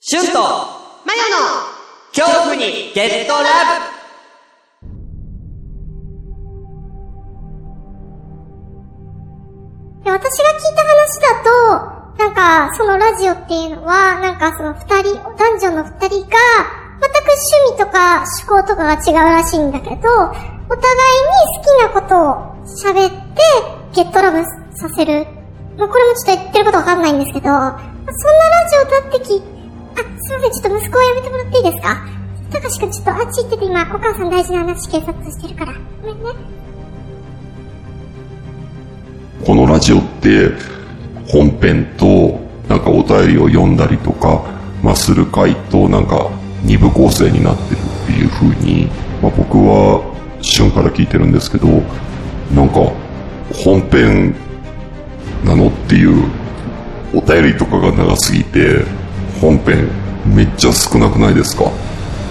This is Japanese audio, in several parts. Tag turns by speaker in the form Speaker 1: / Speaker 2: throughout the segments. Speaker 1: シュンと
Speaker 2: マヨの
Speaker 1: 恐怖にゲットラブ
Speaker 3: で私が聞いた話だと、なんか、そのラジオっていうのは、なんかその二人、男女の二人が、全く趣味とか趣向とかが違うらしいんだけど、お互いに好きなことを喋って、ゲットラブさせる。まあ、これもちょっと言ってることわかんないんですけど、まあそんなラジオだってき、あ、すいません、ちょっと息子をやめてもらっていいですかたかしくんちょっとあっち行ってて今、お母さん大事な話警察してるから。ごめんね。
Speaker 4: このラジオって本編となんかお便りを読んだりとか、まあ、する回となんか二部構成になってるっていう風に、まあ、僕は旬から聞いてるんですけどなんか本編なのっていうお便りとかが長すぎて本編めっちゃ少なくないですか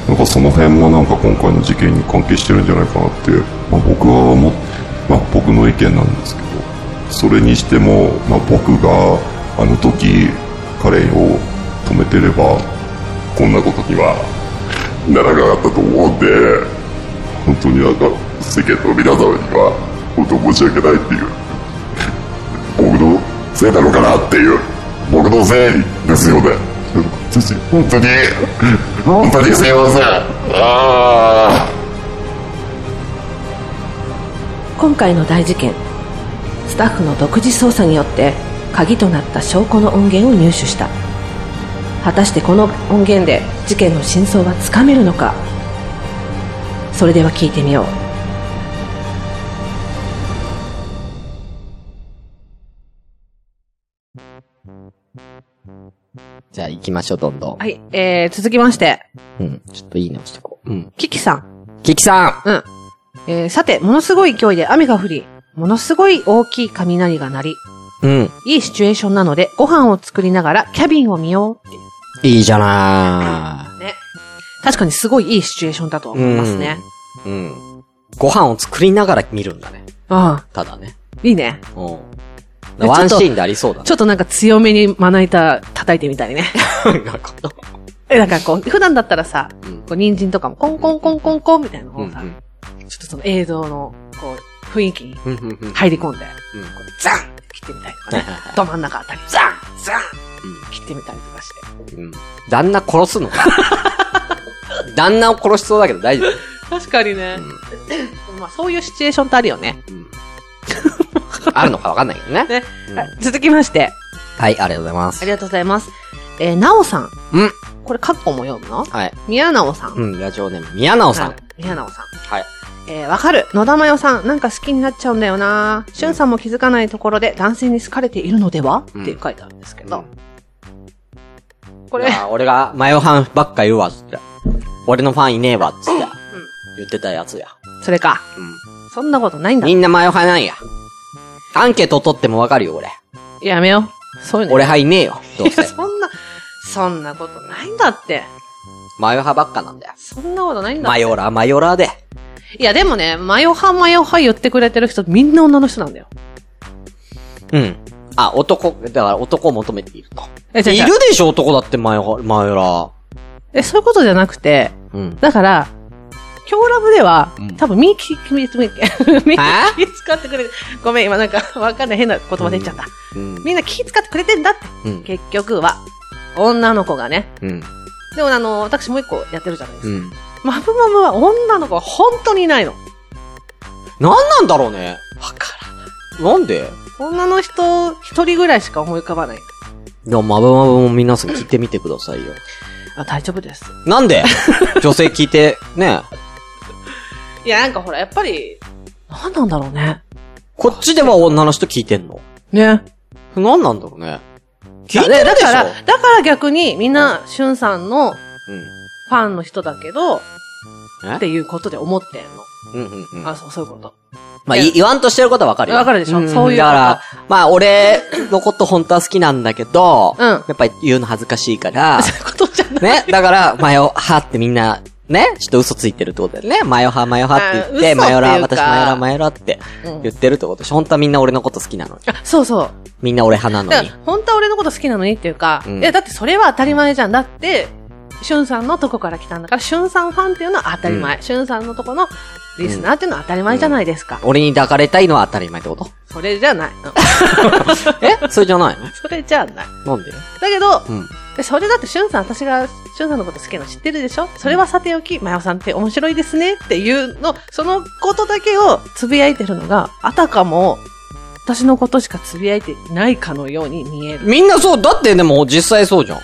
Speaker 4: なんかその辺もなんか今回の事件に関係してるんじゃないかなって、まあ、僕は思っまあ、僕の意見なんですけどそれにしても、まあ、僕があの時彼を止めてればこんなことにはならなかったと思うんで本当になんか世間の皆様には本当申し訳ないっていう僕のせいなのかなっていう僕のせいですよね本当に本当にすいませんああ
Speaker 5: 今回の大事件スタッフの独自捜査によって鍵となった証拠の音源を入手した果たしてこの音源で事件の真相はつかめるのかそれでは聞いてみよう
Speaker 1: じゃあ行きましょう、どんどん。
Speaker 5: はい、えー、続きまして
Speaker 1: うん。ちょっといい直してこう。うん。
Speaker 5: キキさん、
Speaker 1: キキさ
Speaker 5: うんえー、さてものすごい勢いで雨が降りものすごい大きい雷が鳴り
Speaker 1: んうん。
Speaker 5: いいシチュエーションなのでご飯を作りながらキャビンを見ようっていう
Speaker 1: いいじゃな
Speaker 5: ね確かにすごいいいシチュエーションだと思いますね
Speaker 1: ーうん。ご飯を作りながら見るんだね。
Speaker 5: ああ
Speaker 1: ただね。
Speaker 5: いいね
Speaker 1: うん。
Speaker 5: で
Speaker 1: ワンシーンでありそうだ
Speaker 5: ちょっとなんか強めにまな板叩いてみたり ね
Speaker 1: ね。なんかこ
Speaker 5: え、なんかこう、普段だったらさ、
Speaker 1: のうん
Speaker 5: こう、人参とかもコンコンコンコンコンみたいなの
Speaker 1: う
Speaker 5: を
Speaker 1: ん
Speaker 5: さ、ちょっとその映像の、こう、雰囲気に
Speaker 1: うんうんうん。
Speaker 5: 入り込んで、
Speaker 1: うん
Speaker 5: こうザンって切ってみたりとかね、ど真ん中あたり、ザンザンって切ってみたりとかして。
Speaker 1: うん旦那殺すのか 旦那を殺しそうだけど大丈夫。
Speaker 5: 確かにね まあ、そういうシチュエーションってあるよね。
Speaker 1: うんうんあるのかわかんないけどね。
Speaker 5: ね
Speaker 1: うん
Speaker 5: はい、続きまして、
Speaker 1: はい、ありがとうございま
Speaker 5: あ
Speaker 1: す。
Speaker 5: りがとうございます。えー、なおさん。
Speaker 1: うん
Speaker 5: これ、カッコも読むの
Speaker 1: はい。
Speaker 5: 宮なおさん。
Speaker 1: うん、ラジオネーム、宮直さん
Speaker 5: はい。。宮直さん。
Speaker 1: はい。
Speaker 5: えーわかる。野田真代さん、なんか好きになっちゃうんだよなしゅんさんも気づかないところで男性に好かれているのでは、
Speaker 1: うん
Speaker 5: って書いてあるんですけど。こ
Speaker 1: こ
Speaker 5: れ、
Speaker 1: 俺が、マヨハンばっか言うわ、つって。俺のファンいねえわ、つって。言ってたやつや。
Speaker 5: それか。そんなことないん
Speaker 1: うん。
Speaker 5: だ。
Speaker 1: みんなマヨハなんや。アンケート取ってもわかるよ、俺。
Speaker 5: やめよう。そういうの。
Speaker 1: 俺派いねえ よ、どう
Speaker 5: い
Speaker 1: せ
Speaker 5: や、。そんな、そんなことないんだって。
Speaker 1: マヨハばっかなんだよ。
Speaker 5: そんなことないんだっ
Speaker 1: マ
Speaker 5: て。
Speaker 1: ヨラ、マヨラで。
Speaker 5: いや、でもね、マヨ派マヨ派言ってくれてる人、みんな女の人なんだよ。
Speaker 1: うん。あ、男、だから男を求めていると。
Speaker 5: え、違う
Speaker 1: い
Speaker 5: 違う
Speaker 1: るでしょ、男だって、マヨハ、マヨラ。
Speaker 5: え、そういうことじゃなくて、
Speaker 1: うん。
Speaker 5: だから、今日ラブでは、
Speaker 1: うん
Speaker 5: 多分、ミーキー、ミーキー、ミーキ
Speaker 1: は
Speaker 5: ー使ってくれて、ごめん、今なんか、わかんない変な言葉出ちゃった。
Speaker 1: うん。
Speaker 5: みんな気使ってくれてんだって、
Speaker 1: うん。
Speaker 5: 結局は。女の子がね。
Speaker 1: うん。
Speaker 5: でもあの、私もう一個やってるじゃないです
Speaker 1: う
Speaker 5: か。
Speaker 1: ん。
Speaker 5: マブマブは女の子は本当にいないの。
Speaker 1: なんなんだろうね。わからない。なんで
Speaker 5: 女の人一人ぐらいしか思い浮かばない。
Speaker 1: いや、マブマブも皆さん聞いてみてくださいよ。
Speaker 5: あ大丈夫です。
Speaker 1: なん で女性聞いて、ね
Speaker 5: いや、なんかほら、やっぱり、何なんだろうね。
Speaker 1: こっちでは女の人聞いてんの
Speaker 5: ね。
Speaker 1: なんなんだろうね。聞いてるでし
Speaker 5: だ
Speaker 1: ょ
Speaker 5: だから、だから逆にみんな、しゅんさんのファンの人だけど、
Speaker 1: え
Speaker 5: っていうことで思ってんの。
Speaker 1: うん。うんうんうん。
Speaker 5: あ、そう、そういうこと。
Speaker 1: まあ、い言わんとしてることはわかるよ。
Speaker 5: わかるでしょ
Speaker 1: ん
Speaker 5: そういうこと
Speaker 1: だから、まあ、俺のこと本当は好きなんだけど、
Speaker 5: うん
Speaker 1: やっぱり言うの恥ずかし いから、
Speaker 5: そういうことじゃない。
Speaker 1: ね。だから、マヨハってみんな、ね。ちょっと嘘ついてるってことだよね。マヨハ、マヨハって言って、
Speaker 5: あ嘘って
Speaker 1: マ
Speaker 5: いう
Speaker 1: ヨ
Speaker 5: か
Speaker 1: ラ、私マヨラ、マヨラって
Speaker 5: うん
Speaker 1: 言ってるってことでしょ。本当はみんな俺のこと好きなのに。
Speaker 5: あそうそう。
Speaker 1: みんな俺派なの
Speaker 5: だか
Speaker 1: に
Speaker 5: ら。、本当は俺のこと好きなのにっていうか、
Speaker 1: う
Speaker 5: い
Speaker 1: ん
Speaker 5: や、だってそれは当たり前じゃん。だって、しゅんさんのとこから来たんだから、しゅんさんファンっていうのは当たり前。しゅんさんのとこのリスナーっていうのは当たり前じゃないですか。
Speaker 1: 俺に抱かれたいのは当たり前ってこと
Speaker 5: それじゃない。うん
Speaker 1: えそれじゃないの
Speaker 5: それじゃない。
Speaker 1: なんで
Speaker 5: だけど、
Speaker 1: うん。
Speaker 5: でそれだってしゅんさん、私がしゅんさんのこと好きなの知ってるでしょそれはさておき、まよさんって面白いですねっていうの、そのことだけをつぶやいてるのが、あたかも、私のことしかつぶやいていないかのように見える。
Speaker 1: みんなそう、だってでも実際そうじゃん。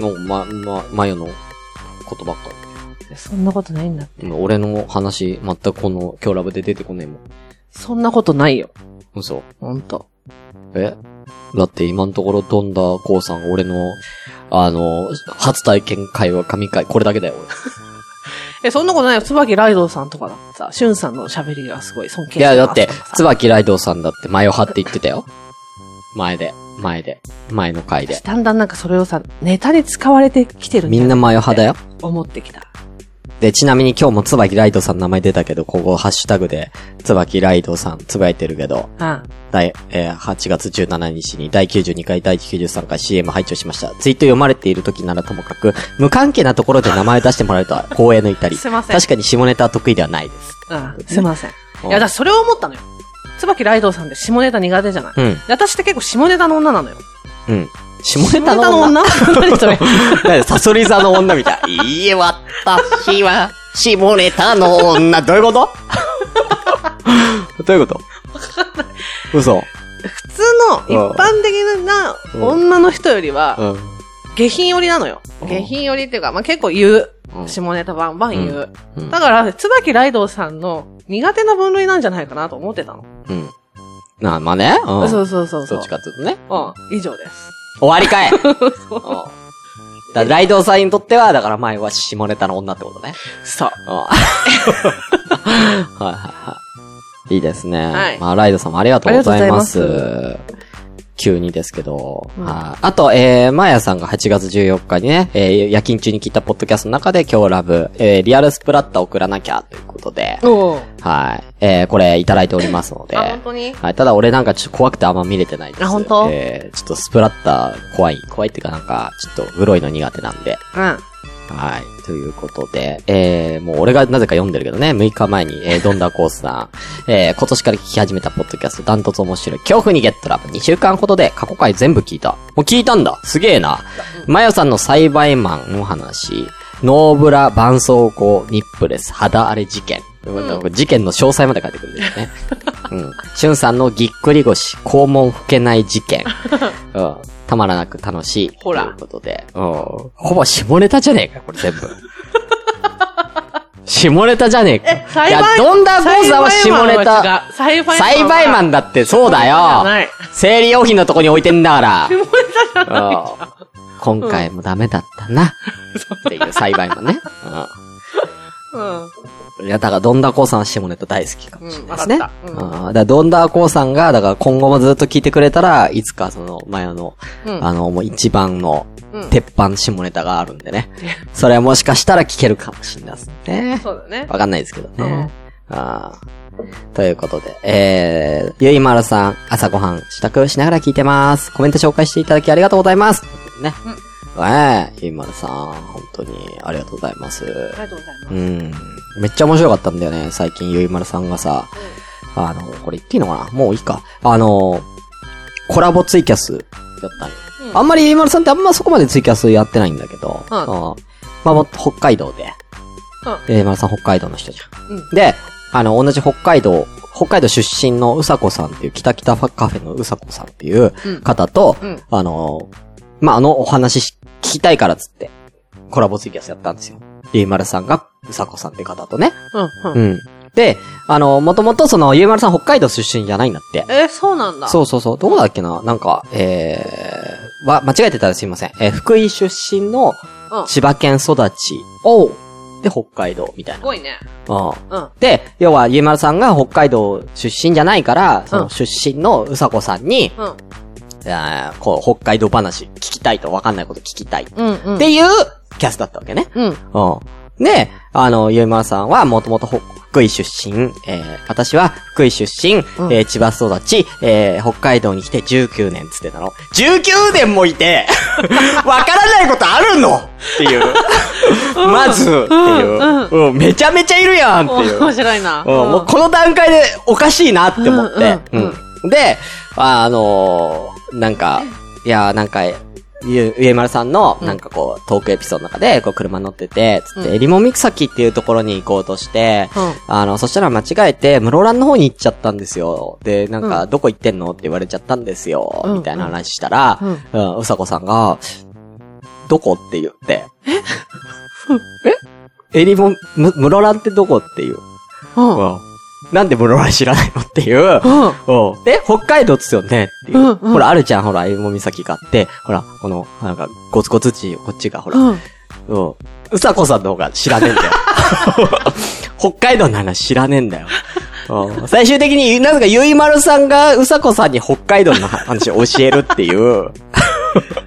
Speaker 1: の、ま、ま、まよのことばっかり。
Speaker 5: そんなことないんだ。
Speaker 1: 今俺の話、全くこの、今日ラブで出てこねえもん。
Speaker 5: そんなことないよ。
Speaker 1: 嘘。
Speaker 5: ほんと。
Speaker 1: えだって今のところ飛んだこうさん、俺の、あの、初体験会は神会、これだけだよ、
Speaker 5: え、そんなことないよ。椿ライドウさんとかだってさ、しゅんさんの喋りがすごい尊敬
Speaker 1: 俺。いや、だって、
Speaker 5: ば
Speaker 1: 椿ライドウさんだって、前を張って言ってたよ。前で、前で、前の回で。
Speaker 5: だんだんなんかそれをさ、ネタに使われてきてる
Speaker 1: みんな前を張だ
Speaker 5: よ。
Speaker 1: よ。
Speaker 5: 思ってきた。
Speaker 1: で、ちなみに今日も椿ライドウさんの名前出たけど、ここハッシュタグで、椿ライドウさん、つぶやいてるけど、
Speaker 5: ああ
Speaker 1: 第、えー8月17日に第92回、第93回 CM 拝聴しました。ツイート読まれている時ならともかく、無関係なところで名前を出してもらえ るとは光栄の至り。
Speaker 5: すいません
Speaker 1: 確かに下ネタは得意ではないです。
Speaker 5: ああすいません。い
Speaker 1: うん
Speaker 5: や、だからそれを思ったのよ。椿ライドウさんって下ネタ苦手じゃない、
Speaker 1: う
Speaker 5: で
Speaker 1: ん、
Speaker 5: 私って結構下ネタの女なのよ。
Speaker 1: うん。下ネタの女
Speaker 5: 何それ。
Speaker 1: なんでサソリ座の女みたい。いいえ、私は、下ネタの女。どういうこと どういうこと嘘。
Speaker 5: 普通 の一般的な
Speaker 1: うん
Speaker 5: 女の人より
Speaker 1: う
Speaker 5: は、
Speaker 1: ん。
Speaker 5: 下品寄りなのよ。
Speaker 1: うん
Speaker 5: 下品寄りっていうか、まあ、結構言う。
Speaker 1: うん
Speaker 5: 下ネタバンバン言う。
Speaker 1: うん
Speaker 5: だから、椿ライドウさんの苦手な分類なんじゃないかなと思ってたの。
Speaker 1: うん。なあ、まあね。うん。
Speaker 5: そうそうそうそう。
Speaker 1: どっちかっていうとね。
Speaker 5: うん、以上です。
Speaker 1: 終わ りかいうんだライドウさんにとっては、だから前は下ネタの女ってことね。
Speaker 5: そう。
Speaker 1: うんはいはいはい。いいですね。
Speaker 5: はい
Speaker 1: まあ、ライドさんもありがとうございます。
Speaker 5: ありがとう
Speaker 1: 急にですけど。
Speaker 5: うん
Speaker 1: はいあと、えー、まやさんが8月14日にね、えー、夜勤中に聞いたポッドキャストの中で、今日ラブ、えー、リアルスプラッタ送らなきゃということで、
Speaker 5: お
Speaker 1: はい。えー、これいただいておりますので。
Speaker 5: あ、本当に
Speaker 1: はい、ただ俺なんかちょっと怖くてあんま見れてないです。
Speaker 5: あ本当
Speaker 1: えー、ちょっとスプラッター怖い、怖いっていうかなんか、ちょっとグロいの苦手なんで。
Speaker 5: うん。
Speaker 1: はい。ということで、えー、もう俺がなぜか読んでるけどね、6日前に、えー、どんだコースさん、えー、今年から聞き始めたポッドキャスト、ダントツ面白い、恐怖にゲットラブ、2週間ほどで過去回全部聞いた。もう聞いたんだすげえな。マヨさんの栽培マンの話、ノーブラ絆創膏ニップレス、肌荒れ事件。事件の詳細まで書いてくるんですね。うん。しゅんさんのぎっくり腰、肛門拭けない事 件。うん。たまらなく楽しい。
Speaker 5: ほら
Speaker 1: ということで。うん。ほぼ下ネタじゃねえか、これ 全部。下ネタじゃねえか。
Speaker 5: え、栽培
Speaker 1: いや、どんだーさんは下ネタ。。
Speaker 5: 栽培マンは違う
Speaker 1: 栽培マンだってそうだ
Speaker 5: じゃ
Speaker 1: よ
Speaker 5: ない。
Speaker 1: 生理用品のとこに置いてんだから。
Speaker 5: 下ネタじゃない。
Speaker 1: うん今回もダメだっ たな。っていう栽培マンね。
Speaker 5: うん。
Speaker 1: うん。いや、だから、どんだこうさんは下ネタ大好きかもしれないですね。
Speaker 5: うんわかったうん
Speaker 1: うんだから、どんだこうさんが、だから今後もずっと聞いてくれたら、いつかその、前の、
Speaker 5: うん
Speaker 1: あの、もう一番の
Speaker 5: うん、
Speaker 1: 鉄板下ネタがあるんでね。それはもしかしたら聞けるかもしれないですね。
Speaker 5: そうだね。
Speaker 1: わかんないですけどね。あーということで、えー、ゆいまるさん、朝ごはん、支度しながら聞いてます。コメント紹介していただきありがとうございます。ね。えー、ゆいまるさん、本当にありがとうございます。
Speaker 5: ありがとうございます。
Speaker 1: うん。めっちゃ面白かったんだよね、最近ゆいまるさんがさ、あの、これ言っていいのかなもういいか。あの、コラボツイキャスやったんよ。
Speaker 5: うん
Speaker 1: あんまりゆいまるさんってあんまそこまでツイキャスやってないんだけど、
Speaker 5: うん
Speaker 1: あまあもっと北海道で、
Speaker 5: う
Speaker 1: ゆいまるさん北海道の人じゃん。
Speaker 5: うん
Speaker 1: で、あの、同じ北海道、北海道出身のうさこさんっていう、北北ファカフェのうさこさんっていう
Speaker 5: うん
Speaker 1: 方と、
Speaker 5: うん
Speaker 1: あの、まあ、あのお話し聞きたいからっつって、コラボツイキャスやったんですよ。ゆいまるさんが、うさこさんって方とね。
Speaker 5: うん。う。
Speaker 1: うんん。で、あの、もともとその、ゆうまるさん北海道出身じゃないんだって。
Speaker 5: えー、そうなんだ。
Speaker 1: そうそうそう。どこだっけななんか、えー、わ、間違えてたらすいません。えー、福井出身の
Speaker 5: うん。す
Speaker 1: 千葉県育ちを、で、北海道みたいな。
Speaker 5: ごいね。
Speaker 1: うん。
Speaker 5: うん。
Speaker 1: で、要は、ゆうまるさんが北海道出身じゃないから、そうの
Speaker 5: ん
Speaker 1: 出身のうさこさんに、
Speaker 5: うん。
Speaker 1: あーこう、北海道話聞きたいとわかんないこと聞きたい。っ
Speaker 5: うん。うん。
Speaker 1: ていう、キャスだったわけね。
Speaker 5: うん。
Speaker 1: うん。で、あの、ゆいまるさんはもともと福井出身、えー、私は福井出身、
Speaker 6: うん
Speaker 1: えー千葉育ち、えー、北海道に来て19年つってたの。19年もい て、わからないことあるのっていう。 まず、っていう、うんめちゃめちゃいるやんっていう。
Speaker 5: 面白いな。
Speaker 1: うん、もうこの段階でおかしいなって思って。
Speaker 6: う
Speaker 1: うんん
Speaker 6: うん
Speaker 1: で、あのーなんか、いやーなんか、ゆ、ゆえまるさんの、なんかこう、トークエピソードの中で、こう、車乗ってて、つって、
Speaker 5: うん
Speaker 1: えりもみくさきっていうところに行こうとして、
Speaker 5: うん
Speaker 1: あの、そしたら間違えて、室蘭の方に行っちゃったんですよ。で、なんか、どこ行ってんのって言われちゃったんですよ。
Speaker 5: うん
Speaker 1: みたいな話したら、
Speaker 5: う
Speaker 1: うんん、うさこさんが、どこって言って。えええりも、む、室蘭ってどこっていう。
Speaker 5: うん。うん。
Speaker 1: うん。なんで室蘭知らないのって いう。うん。え、北海道っすよねっていう。
Speaker 5: うんうん
Speaker 1: ほら、あるじゃん、ほら、えもみ岬があって、ほら、この、なんか、ゴツゴツ地、こっちが、ほら、うん。
Speaker 5: うん。
Speaker 1: うさこさんの方が知らねえんだよ。 北海道の話知らねえんだよ。うん最終的に、なぜかゆいまるさんが、うさこさんに北海道の話を教えるって いう。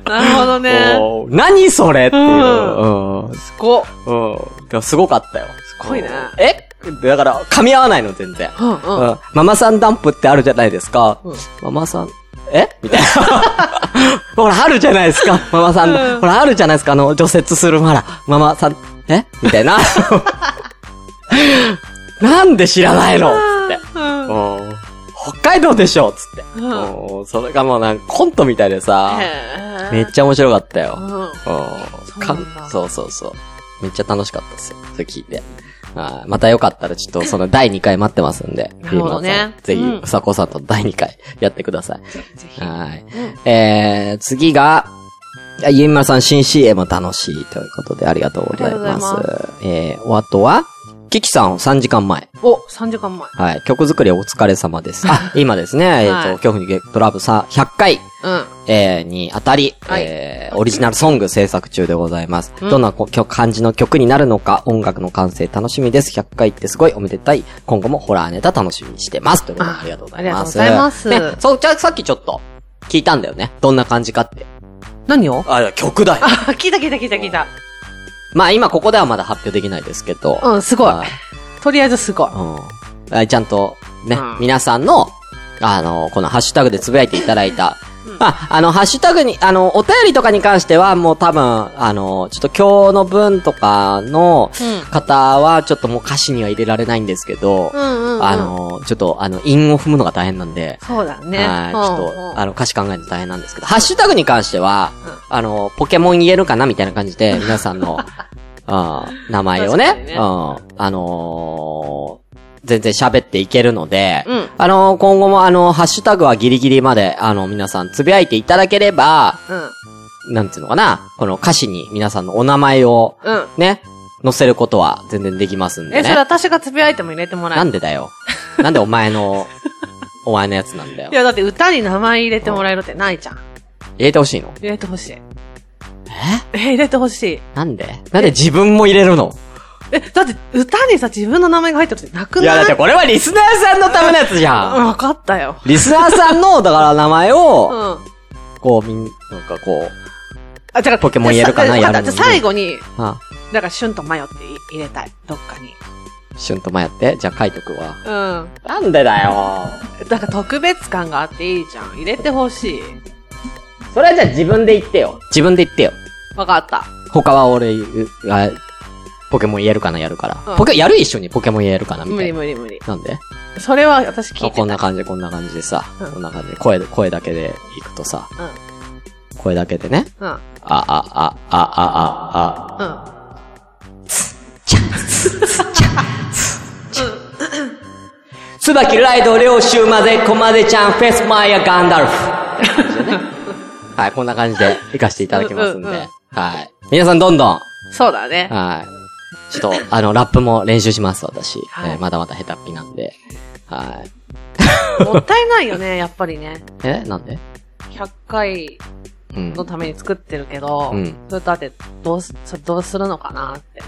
Speaker 5: なるほどね。
Speaker 1: お何それっていう。
Speaker 5: うん
Speaker 1: うん
Speaker 5: すごっ。
Speaker 1: うん。だからすごかったよ。す
Speaker 5: ごいね
Speaker 1: えだから、噛み合わないの、全然。
Speaker 5: うんうん。
Speaker 1: うんママさんダンプってあるじゃないですか。
Speaker 5: うん
Speaker 1: ママさん、えみたいな。 ほら、あるじゃないですか、ママさん。
Speaker 5: うん
Speaker 1: ほら、あるじゃないですか、あの、除雪するマラ。ママさん、えみたいな。 なんで知らないのつっ
Speaker 5: う
Speaker 1: て。
Speaker 5: ん。
Speaker 1: うん北海道でしょつっ
Speaker 5: う
Speaker 1: て。
Speaker 5: ん
Speaker 1: うんそれがもうなんかコントみたいでさ、
Speaker 5: へ
Speaker 1: めっちゃ面白かったよ。
Speaker 5: うん。
Speaker 1: そう
Speaker 5: うなんだ
Speaker 1: そうそうそう。めっちゃ楽しかったですよ。それ聞いて。あーまたよかったら、ちょっとその第2回待ってますんで。
Speaker 5: なるほどね
Speaker 1: リーマンさんぜひ、
Speaker 5: うん
Speaker 1: うさこさんと第2回やってくださ
Speaker 5: ぜひぜ
Speaker 1: い。
Speaker 5: ひ。
Speaker 1: はい。えー、次が、あゆみまるさん新 CM 楽しいということでありがとうございます。
Speaker 5: ありがとう
Speaker 1: えー、お後は、キキさん3時間前。
Speaker 5: お、3時間前。
Speaker 1: はい。曲作りお疲れ様です。 あ、今ですね、えっ、
Speaker 5: はい
Speaker 1: と、恐怖にゲットラブさ、100回
Speaker 5: うん。
Speaker 1: えーにあたり、
Speaker 5: はい
Speaker 1: えーオリジナルソング制作中でございます。
Speaker 5: うん
Speaker 1: どんなこ曲感じの曲になるのか、音楽の完成楽しみです。100回ってすごいおめでたい。今後もホラーネタ楽しみにしてます。ということで、
Speaker 5: あ
Speaker 1: ありがとうございます。
Speaker 5: ありがとうございます
Speaker 1: ね、そう、じゃあさっきちょっと聞いたんだよね。どんな感じかって。
Speaker 5: 何を
Speaker 1: あ、いや曲だよ。
Speaker 5: あ、聞いた聞いた聞いた聞いた。
Speaker 1: まあ今ここではまだ発表できないですけど。
Speaker 5: うん、すごい
Speaker 1: は。
Speaker 5: とりあえずすごい。
Speaker 1: うんあ。ちゃんと、ね、
Speaker 5: うん
Speaker 1: 皆さんの、あの、このハッシュタグでつぶやいていただいた。
Speaker 5: うん
Speaker 1: あ、あの、ハッシュタグに、あの、お便りとかに関しては、もう多分、あの、ちょっと今日の分とかの
Speaker 5: うん
Speaker 1: 方は、ちょっともう歌詞には入れられないんですけど、
Speaker 5: うんうんうん。
Speaker 1: あ、の、ちょっと、あの、韻を踏むのが大変なんで、
Speaker 5: そうだね。
Speaker 1: はい、ちょっ
Speaker 5: うんうん
Speaker 1: と、あの、歌詞考えるの大変なんですけど、ハッシュタグに関しては、あの、ポケモン言えるかなみたいな感じで、 皆さんの、あー名前を
Speaker 5: 確かに
Speaker 1: ね、
Speaker 5: ね
Speaker 1: うんあのー全然喋っていけるので、
Speaker 5: うん
Speaker 1: あのー今後もあの、ハッシュタグはギリギリまで、あの、皆さんつぶやいていただければ、
Speaker 5: うん。
Speaker 1: なんていうのかな、この歌詞に皆さんのお名前を、
Speaker 5: うん。
Speaker 1: ね、載せることは全然できますんで
Speaker 5: え、それ
Speaker 1: ね。
Speaker 5: 私がつぶやいても入れてもらえ
Speaker 1: な
Speaker 5: る
Speaker 1: んでだよ。なんでお前の、お前のやつなんだよ
Speaker 5: い。や、だって歌に名前入れてもらえるってないじゃん。
Speaker 1: 入れてほしいの
Speaker 5: 入れてほしい。え入れてほしい。
Speaker 1: なんでなんで自分も入れるの
Speaker 5: え、だって歌にさ、自分の名前が入ってるってなくない
Speaker 1: いや、だってこれはリスナーさんのためのやつじゃ。
Speaker 5: うんん、わかったよ。
Speaker 1: リスナーさんの、だから名前を、
Speaker 5: うん。
Speaker 1: こう、みん、なんかこう、
Speaker 5: あ、だから、
Speaker 1: ポケモン言えるかな
Speaker 5: じゃあ
Speaker 1: やるのに
Speaker 5: じゃあ最後に、
Speaker 1: あ、
Speaker 5: だから、シュンと迷って入れたい。どっかに。
Speaker 1: シュンと迷って、じゃあ書いとくわ。
Speaker 5: うん。
Speaker 1: なんでだよ。
Speaker 5: だから特別感があっていいじゃん。入れてほしい。
Speaker 1: それはじゃあ自分で言ってよ。自分で言ってよ。
Speaker 5: わかった。
Speaker 1: 他は俺言う、あポケモン言えるかなやるから。
Speaker 5: うん
Speaker 1: ポケ、やる一緒にポケモン言えるかなみ
Speaker 5: 無
Speaker 1: たい
Speaker 5: 理
Speaker 1: な。
Speaker 5: 無理無理。
Speaker 1: なんで
Speaker 5: それは私聞いてた。
Speaker 1: こんな感じ、こんな感じでさ、
Speaker 5: うん
Speaker 1: こんな感じで、声、声だけで行くとさ、声だけでね、
Speaker 5: うん。うん。
Speaker 1: あ、あ、あ、あ、あ、あ、あ、
Speaker 5: うん。
Speaker 1: 椿ライド、領州まで、コマデちゃん、フェスマイア、ガンダルフ。 はい、こんな感じで、行かせていただきますん
Speaker 5: うんうんうん
Speaker 1: で。はい。皆さんどんどん、
Speaker 5: そうだね。
Speaker 1: はい。ちょっと、あの、ラップも練習します、私。
Speaker 5: はい
Speaker 1: えーまだまだ下手っぴなんで。はい。
Speaker 5: もったいないよね、やっぱりね。
Speaker 1: えなんで
Speaker 5: 100回
Speaker 1: うん。だ
Speaker 5: の
Speaker 1: か
Speaker 5: ために作ってるけど、
Speaker 1: うん
Speaker 5: それだって、どうす、それどうするのかなって。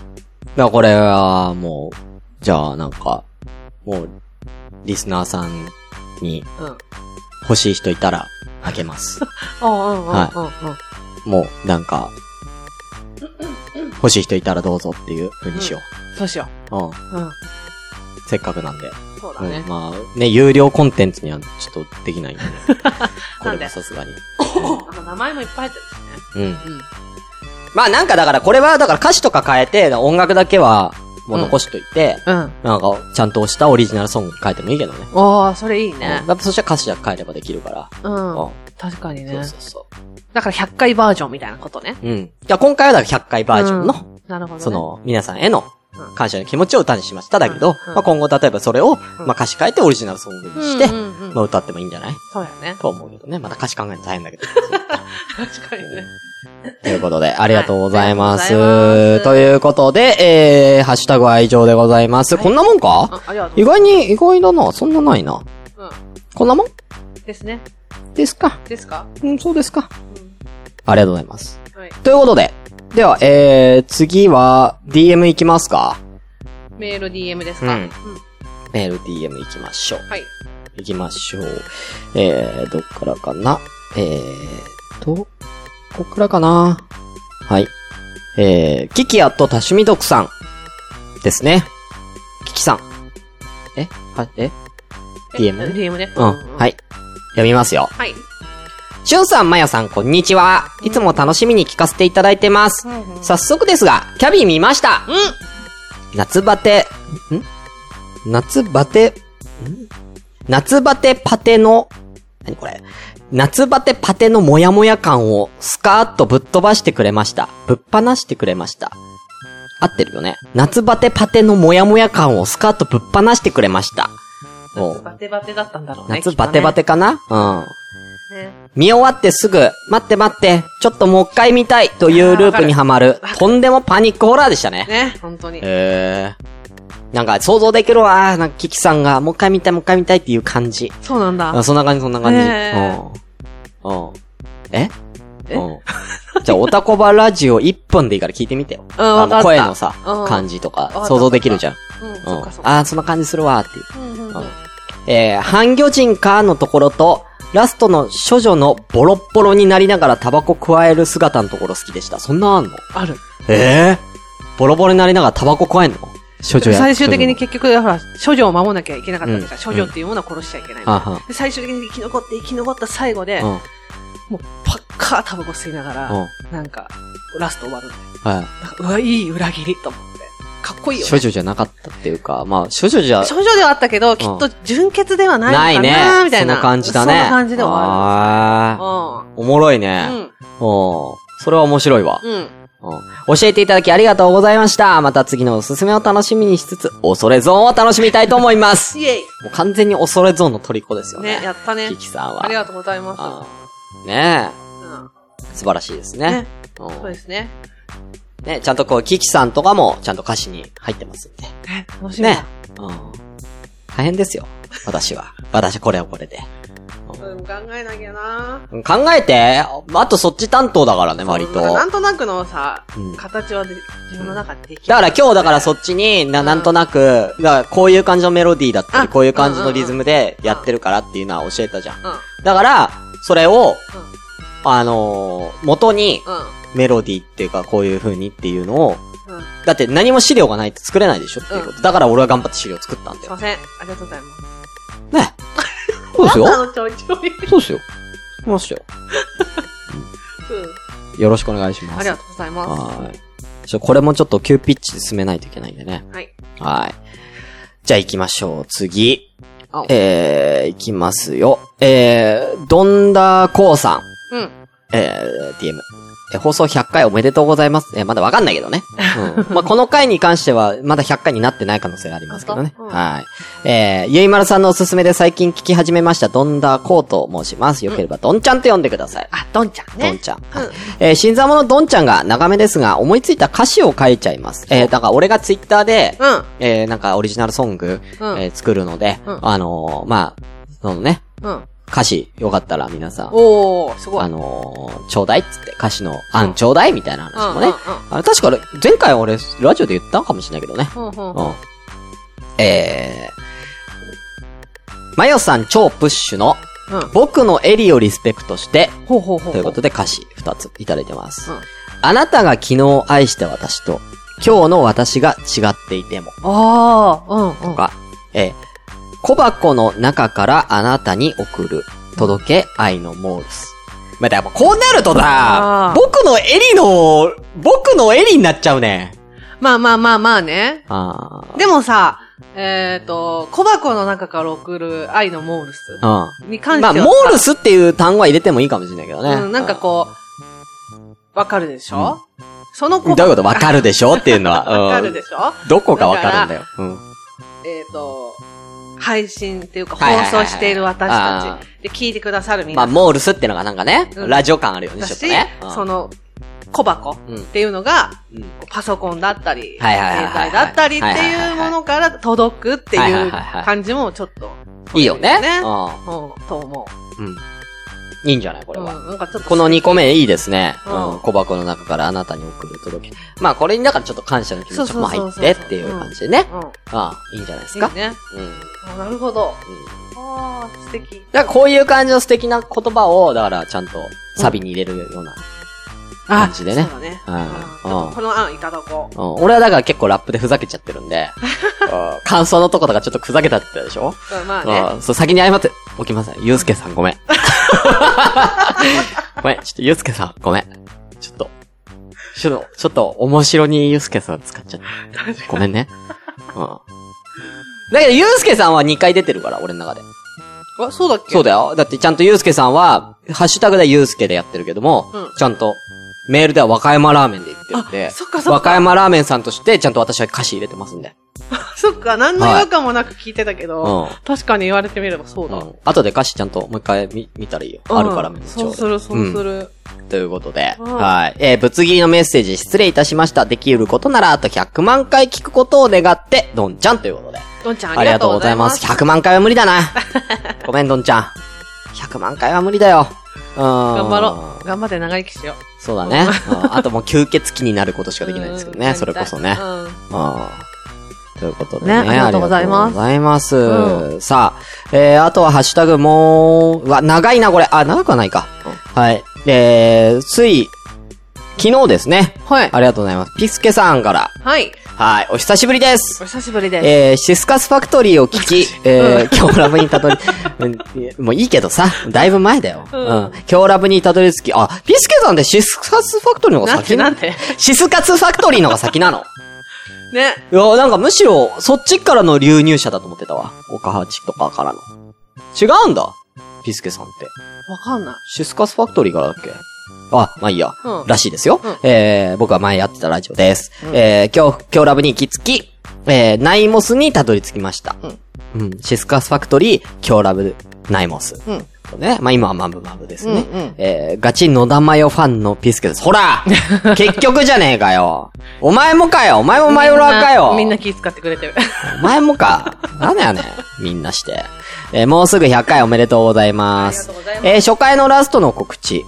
Speaker 1: らこれは、もう、じゃあ、なんか、もう、リスナーさんに
Speaker 5: うん。
Speaker 1: 欲しい人い たら、あげます。
Speaker 5: おうんうんうんうん。
Speaker 1: もう、なんか、欲しい人いたらどうぞっていう風にしよ
Speaker 5: そうしよ
Speaker 1: う。うん。
Speaker 5: う。うん。
Speaker 1: せっかくなんで。
Speaker 5: そうだ
Speaker 1: う
Speaker 5: ね
Speaker 1: ん、。まあ、ね、有料コンテンツにはちょっとでき ないんで、ね。こ
Speaker 5: な
Speaker 1: れ
Speaker 5: ん
Speaker 1: も
Speaker 5: で
Speaker 1: さすがに。
Speaker 5: なんか名前もいっぱい入って
Speaker 1: うん。
Speaker 5: るしね。うん。
Speaker 1: まあなんかだからこれはだから歌詞とか変えて、音楽だけはもう残しといて、
Speaker 5: うん。
Speaker 1: なんかちゃんとしたオリジナルソング変えてもいいけどね。
Speaker 5: おー、それいい
Speaker 1: うん
Speaker 5: ね
Speaker 1: や。っぱそしたら歌詞は変えればできるから。
Speaker 5: う。
Speaker 1: うんん。
Speaker 5: 確かに
Speaker 1: そ
Speaker 5: ね
Speaker 1: う。そうそ
Speaker 5: だから100回バージョンみたいなことね。
Speaker 1: う。うん。じゃあ今回はだから100回バージョンの、
Speaker 5: うん。なるほどね。
Speaker 1: その、皆さんへの
Speaker 5: うん
Speaker 1: 感謝の気持ちを歌にしましただけど、
Speaker 5: うんうん
Speaker 1: まあ今後例えばそれを、
Speaker 5: うん
Speaker 1: まあ歌詞変えてオリジナルソングにして、
Speaker 5: うんうんうん
Speaker 1: まあ歌ってもいいんじゃない
Speaker 5: そうやね。
Speaker 1: と思うけどね。また歌詞考えるの大変だけど。
Speaker 5: 確かにね。
Speaker 1: ということで、ありがとうございます。
Speaker 5: はいありがとうございます
Speaker 1: ということで、えー、ハッシュタグは以上でございます。こんなもんか
Speaker 5: あ、ありがとう
Speaker 1: 意。外に、意外だな。そんなないな。
Speaker 5: うん。
Speaker 1: こんなもん
Speaker 5: ですね。
Speaker 1: ですか。
Speaker 5: ですか
Speaker 1: うん、そうですか。
Speaker 5: うん。
Speaker 1: ありがとうございます。
Speaker 5: はい。
Speaker 1: ということで、では、えー、次は、DM いきますか
Speaker 5: メール DM ですか
Speaker 1: う
Speaker 5: うんん。
Speaker 1: メール DM いきましょう。
Speaker 5: はい。
Speaker 1: いきましょう。えー、どっからかなえーと、こっからかなはい。えー、キキアとタシミドクさん。ですね。キキさん。えは、え
Speaker 5: え
Speaker 1: DM ね
Speaker 5: DM ね。。
Speaker 1: うん。はいい。読みますよ。
Speaker 5: はい。
Speaker 1: しゅんさん、まやさん、こんにちは。いつも楽しみに聞かせていただいてます。早速ですが、キャビン見ました。うん夏バテ、ん夏バテ、ん夏バテパテの、何これ夏バテパテのモヤモヤ感をスカーッとぶっ飛ばしてくれました。ぶっ放してくれました。合ってるよね。夏バテパテのモヤモヤ感をスカーッとぶっ放してくれました。もう
Speaker 5: バテバテだったんだろうね。
Speaker 1: 夏バテバテかなうん。
Speaker 5: きっとね。ね
Speaker 1: 見終わってすぐ、待って待って、ちょっともう一回見たいというループにはまる、とんでもパニックホラーでしたね。
Speaker 5: ね、本当に。
Speaker 1: へー。なんか想像できるわ。なんかキキさんが、もう一回見たい、もう一回見たいっていう感じ。
Speaker 5: そうなんだ。
Speaker 1: あそんな感じ、そんな感じ。
Speaker 5: へー
Speaker 1: うん。うん。え
Speaker 5: え
Speaker 1: うん。じゃあ、オタコバラジオ1分でいいから聞いてみてよ。
Speaker 5: うんわかった
Speaker 1: 声のさ
Speaker 5: う、ん
Speaker 1: 感じと
Speaker 5: かっ
Speaker 1: か、
Speaker 5: た
Speaker 1: 想像できるじゃん。
Speaker 5: うん、
Speaker 1: う
Speaker 5: そ
Speaker 1: ん
Speaker 5: っかそっ。か。
Speaker 1: あー、そんな感じするわーっていう。
Speaker 5: うんうんうん
Speaker 1: うんえー、半魚人かのところと、ラストの処女のボロッボロになりながらタバコ加える姿のところ好きでした。そんなあんの
Speaker 5: ある。
Speaker 1: ええボロボロになりながらタバコ加えんの処女や。
Speaker 5: 最終的に
Speaker 1: 処
Speaker 5: 結局、ほら、処女を守らなきゃいけなかったわけじゃん。
Speaker 1: うん
Speaker 5: 処女っていうものは殺しちゃいけない。
Speaker 1: 女の。あは
Speaker 5: で最終的に生き残って生き残った最後で、
Speaker 1: うん。う
Speaker 5: も
Speaker 1: ん。
Speaker 5: うパッカータバコ吸いながら、
Speaker 1: は
Speaker 5: なんか、ラスト終わるんだよ
Speaker 1: い。
Speaker 5: なんかうわ、いい裏切りと思って。かっこいいよね。
Speaker 1: 処女じゃなかったっていうか、まあ、処女じゃ
Speaker 5: 少女ではあったけど、きっと純潔ではないの
Speaker 1: ない
Speaker 5: か
Speaker 1: ね
Speaker 5: な、。みたい
Speaker 1: そん
Speaker 5: な。
Speaker 1: な感じだね。
Speaker 5: そんな感じではあ
Speaker 1: あ
Speaker 5: る。
Speaker 1: ーおもろいね。
Speaker 5: う
Speaker 1: うん。
Speaker 5: ん。
Speaker 1: それは面白いわ。
Speaker 5: うん。うん。
Speaker 1: うん教えていただきありがとうございました。また次のおすすめを楽しみにしつつ、恐れゾーンを楽しみたいと思いま す。
Speaker 5: イェイ。
Speaker 1: もう完全に恐れゾーンの虜ですよね。
Speaker 5: ね、やったね
Speaker 1: キ。キさんは。
Speaker 5: ありがとうございま
Speaker 1: うんね
Speaker 5: す。うん。
Speaker 1: え。素晴らしいですね。
Speaker 5: ね、
Speaker 1: うん
Speaker 5: そうですね。
Speaker 1: ね、ちゃんとこう、キキさんとかも、ちゃんと歌詞に入ってますんで。
Speaker 5: ね、楽しみだ。
Speaker 1: ね。うん。大変ですよ。私は。私はこれはこれで。
Speaker 5: うん、考えなきゃな
Speaker 1: うん考えて、あとそっち担当だからね、割と。
Speaker 5: なんかな
Speaker 1: だ
Speaker 5: んとなくのさ
Speaker 1: うん、
Speaker 5: 形はで自分の中でできる。
Speaker 1: から今日だからそっちにな、
Speaker 5: うん
Speaker 1: なんとなく、だからこういう感じのメロディーだった
Speaker 5: あ
Speaker 1: り、こういう感じのリズムでやってるからっていうのは教えたじゃん。
Speaker 5: うん。うん。
Speaker 1: だから、それを、あのー元にメロディーっていうかこういう風にっていうのを、
Speaker 5: うん。うん。
Speaker 1: だって何も資料がないと作れないでしょっていうこと。だから俺は頑張って資料作ったんだ
Speaker 5: すい
Speaker 1: よ
Speaker 5: ま。せん。ありがとうございます。
Speaker 1: ね。そうですよ。
Speaker 5: あの、ちょいちょい。
Speaker 1: そうですよ。そうですよ。
Speaker 5: うん。
Speaker 1: よろしくお願いします。
Speaker 5: ありがとうございます。
Speaker 1: はーい。ちょ、これもちょっと急ピッチで進めないといけないんでね。
Speaker 5: はい。
Speaker 1: はい。じゃあ行きましょう。次
Speaker 5: あ。
Speaker 1: えー、行きますよ。えー、どんだこうさん。
Speaker 5: うん。
Speaker 1: えー、DM。えー放送100回おめでとうございます。えーまだわかんないけどね。 うん。まあ、この回に関しては、まだ100回になってない可能性がありますけどね。
Speaker 5: 本当うん
Speaker 1: はい。えー、ゆいまるさんのおすすめで最近聞き始めました、ドンダコーと申します。よければ、ドンちゃんと呼んでください。
Speaker 5: あ、ドンちゃん
Speaker 1: ドン
Speaker 5: ね。
Speaker 1: ちゃん。はいえー新参者のドンちゃんが長めですが、思いついた歌詞を書いちゃいます。えーだから俺がツイッターで、
Speaker 5: うん。
Speaker 1: えーなんかオリジナルソング、
Speaker 5: うん
Speaker 1: えー作るので、
Speaker 5: うん
Speaker 1: あのーまあ、そのね、
Speaker 5: うん。
Speaker 1: 歌詞、よかったら皆さん、
Speaker 5: おー、すごい。
Speaker 1: あのーちょうだいっつって、歌詞の案ちょうだいみたいな話もね。
Speaker 5: うんうん
Speaker 1: あれ確かあれ、前回俺、ラジオで言ったかもしれないけどね。
Speaker 5: うんうん
Speaker 1: うん。えー、マヨさん超プッシュの、
Speaker 5: うん。
Speaker 1: 僕のエリをリスペクトして、
Speaker 5: ほうほうほう。
Speaker 1: ということで歌詞2ついただいてます。
Speaker 5: うん
Speaker 1: あなたが昨日愛した私と、今日の私が違っていても、
Speaker 6: ああ、うん、う
Speaker 1: と
Speaker 6: ん。
Speaker 1: か、えー小箱の中からあなたに送る、届け愛のモールス。まあ、でもこうなると
Speaker 6: あ
Speaker 1: さ
Speaker 6: ー、
Speaker 1: 僕のエリの、僕のエリになっちゃうね。
Speaker 5: まあまあまあまあね。
Speaker 1: あ
Speaker 5: でもさ、えっ、と、小箱の中から送る愛のモールス
Speaker 1: あ。うん。
Speaker 5: に関して
Speaker 1: まあ、
Speaker 5: はさ。
Speaker 1: モールスっていう単語は入れてもいいかもしれないけどね。
Speaker 5: うん、なんかこう、わかるでしょ、その
Speaker 1: うん。
Speaker 5: 子
Speaker 1: どういうことわかるでしょってい うのは。
Speaker 5: わか
Speaker 1: う
Speaker 5: る
Speaker 1: ん
Speaker 5: で。しょ
Speaker 1: どこがわかるんだよ。うん。
Speaker 5: えっ、と、配信っていうか
Speaker 1: はいはいはいは
Speaker 5: 放
Speaker 1: い
Speaker 5: 送している私
Speaker 1: あ
Speaker 5: たちで聞いてくださる
Speaker 1: まあ、
Speaker 5: 皆さん
Speaker 1: モールスってのがなんかね、
Speaker 5: うん
Speaker 1: ラジオ感あるよね、
Speaker 5: だ
Speaker 1: ちょっ
Speaker 5: し、
Speaker 1: とね。うん
Speaker 5: その、小箱っていうのが、
Speaker 1: うん
Speaker 5: パソコンだったり、
Speaker 1: はいはいはいはい
Speaker 5: 携帯だったりっていうものから届くって
Speaker 1: はいはい
Speaker 5: い
Speaker 1: はいうはい
Speaker 5: 感じもちょっと、
Speaker 1: いいよね。
Speaker 5: ねうん、
Speaker 1: う
Speaker 5: と思
Speaker 1: ん。うん。いいんじゃないこ
Speaker 5: う。
Speaker 1: れ
Speaker 5: うん、
Speaker 1: は。
Speaker 5: なんかちょっと、
Speaker 1: この2個目いいですね。
Speaker 5: うん
Speaker 1: うん。小箱の中からあなたに送る届け。まあ、これにだからちょっと感謝の気持ちも入
Speaker 5: そう
Speaker 1: っ
Speaker 5: そうそ
Speaker 1: て
Speaker 5: う
Speaker 1: っ
Speaker 5: そう
Speaker 1: ていう感じでね。
Speaker 5: うん、
Speaker 1: ああ、いいんじゃないです
Speaker 5: い
Speaker 1: か
Speaker 5: い。ね。
Speaker 1: うん。うん。
Speaker 5: あなるほど。ああ、素敵。
Speaker 1: だからこういう感じの素敵な言葉を、だからちゃんとサビに入れるような感じでね
Speaker 5: そ。うだね。
Speaker 1: う
Speaker 5: うんんちょっとこの案いただこう。
Speaker 1: うん、俺はだから結構ラップでふざけちゃってる んで、うん感想のとことかちょっとふざけたって言ったでしょ、
Speaker 5: うんまあね。
Speaker 1: うんそう、先に謝って、おきません。ゆうすけさんご めん。ごめん、ちょっとゆうすけさんごめん。ちょっと、ちょっと、ちょっと面白にゆうすけさん使っちゃって。ごめんね。うん。だけどゆうすけさんは2回出てるから、俺の中で。
Speaker 5: あ、そうだっけ
Speaker 1: そうだよ。だってちゃんとゆうすけさんは、ハッシュタグでゆうすけでやってるけども、
Speaker 5: うん
Speaker 1: ちゃんと、メールでは和歌山ラーメンで言ってるんで
Speaker 5: あ、そっかそっか
Speaker 1: 和歌山ラーメンさんとして、ちゃんと私は歌詞入れてますんで。
Speaker 5: そっか、何の違和感もなく聞いてたけ
Speaker 1: う
Speaker 5: ど、
Speaker 1: ん。
Speaker 5: 確かに言われてみればそうだ。
Speaker 1: うん。後で歌詞ちゃんともう一回見見たらいいよ。あるからめっちゃ。
Speaker 5: そうする、そうす
Speaker 1: ん
Speaker 5: る。
Speaker 1: ということで、
Speaker 5: うん
Speaker 1: はい。えー、ぶつ切りのメッセージ失礼いたしました。できることなら、あと100万回聞くことを願って、どんちゃんということで。
Speaker 5: どんちゃん
Speaker 1: あ
Speaker 5: あ
Speaker 1: り
Speaker 5: り
Speaker 1: が
Speaker 5: が
Speaker 1: と
Speaker 5: と
Speaker 1: う
Speaker 5: う
Speaker 1: ご
Speaker 5: ご
Speaker 1: ざ
Speaker 5: ざ
Speaker 1: い
Speaker 5: い
Speaker 1: ま。
Speaker 5: ますす。
Speaker 1: 100万回は無理 だな。ごめん、どんちゃん。100万回は無理だよ。うん。
Speaker 5: 頑
Speaker 1: 頑
Speaker 5: 張ろう。頑張って長生きしよう。
Speaker 1: そうだね。うんあともう吸血鬼になることしかできないですけど
Speaker 5: う
Speaker 1: ね、
Speaker 5: ん
Speaker 1: それこそね。
Speaker 5: う
Speaker 1: うん
Speaker 5: ん
Speaker 1: ということでね。
Speaker 5: ねありがとうございます
Speaker 1: ありがとうございます。さあ、えー、あとはハッシュタグもう、うわ、長いな、これ。あ、長くはないか。はい。えー、つい、昨日ですね。
Speaker 5: はい
Speaker 1: あ。りがとうございます。ピスケさんから。
Speaker 5: はい。
Speaker 1: はい、お久しぶりです
Speaker 5: お。久しぶりです。
Speaker 1: えー、シスカスファクトリーを聞き、えー、今日ラブにたどり、 うんもういいけどさ、だいぶ前だよ。うん
Speaker 5: ん。
Speaker 1: 今日ラブにたどり着き、あ、ピスケさんってシスカスファクトリーの方が
Speaker 5: なんて
Speaker 1: 先
Speaker 5: なんて。
Speaker 1: シスカスファクトリーの方が先なの。
Speaker 5: ね。
Speaker 1: いや、なんかむしろ、そっちからの流入者だと思ってたわ。岡八とかからの。違うんだ。ピスケさんって。
Speaker 5: わかんない。
Speaker 1: シスカスファクトリーからだっけあ、まあいいや。
Speaker 5: うん
Speaker 1: らしいですよ。
Speaker 5: うん
Speaker 1: えー、僕は前やってたラジオです。えー、今日、今日ラブに行き着き、えー、ナイモスにたどり着きました。うん。シスカスファクトリー、今日ラブ、ナイモス。
Speaker 5: うん。
Speaker 1: ね。まあ今はマブマブですね。
Speaker 5: うんうん
Speaker 1: えー、ガチ野田マヨファンのピスケです。ほ ら結局じゃねえかよ。お前もかよお前もマヨラーかよ
Speaker 5: みんなみんな気遣ってくれてる。
Speaker 1: お前もか。なんだよね。みんなして。えーもうすぐ100回おめでとうございま
Speaker 5: あ
Speaker 1: す
Speaker 5: りがとうござい。ます
Speaker 1: えー初回のラストの告知。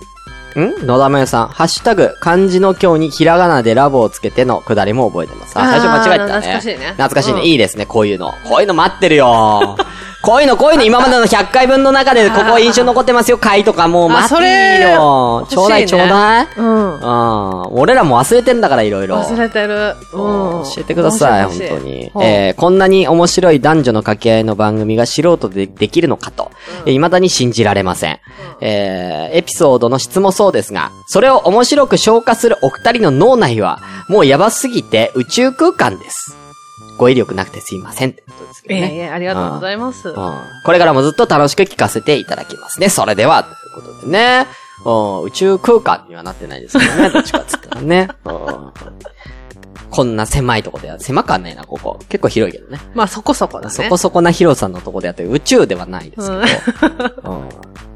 Speaker 1: ん野田真世さん、ハッシュタグ、漢字の今日にひらがなでラボをつけてのくだりも覚えてます。あ、最初間違えてたね。
Speaker 5: あー懐かしいね
Speaker 1: 懐かしいね。
Speaker 5: うん
Speaker 1: いいですね、こういうの。こういうの待ってるよ。 こういうの、こういうの、今までの100回分の中で、ここ印象残ってますよ、回とかもう
Speaker 5: あ
Speaker 1: 待っていいよ。
Speaker 5: それ
Speaker 1: ちょうだい、
Speaker 5: 欲しいね
Speaker 1: ちょうだい。
Speaker 5: うん。
Speaker 1: うん。俺らも忘れてんだから、いろいろ。
Speaker 5: 忘れてる。うん。
Speaker 1: 教えてください、
Speaker 5: 欲
Speaker 1: 本
Speaker 5: し
Speaker 1: 当
Speaker 5: 欲しい
Speaker 1: に。
Speaker 5: うん
Speaker 1: えー、こんなに面白い男女の掛け合いの番組が素人でできるのかと、えー未だに信じられません。えー、エピソードの質もそうですが、それを面白く消化するお二人の脳内は、もうやばすぎて宇宙空間です。語彙力なくてすいませんってことですけど
Speaker 5: え
Speaker 1: ね。
Speaker 5: え、ええありがとうございます。
Speaker 1: う
Speaker 5: は
Speaker 1: んこれからもずっと楽しく聞かせていただきますね。それでは、ということでね。うん宇宙空間にはなってないです けどね。どっちかっつったらね。うんこんな狭いとこでや、狭くはないな、ここ。結構広いけどね。
Speaker 5: まあそこそこだね。
Speaker 1: そこそこな広さのとこでやってる宇宙ではないです
Speaker 5: うん。
Speaker 1: けど。うん
Speaker 5: い
Speaker 1: ね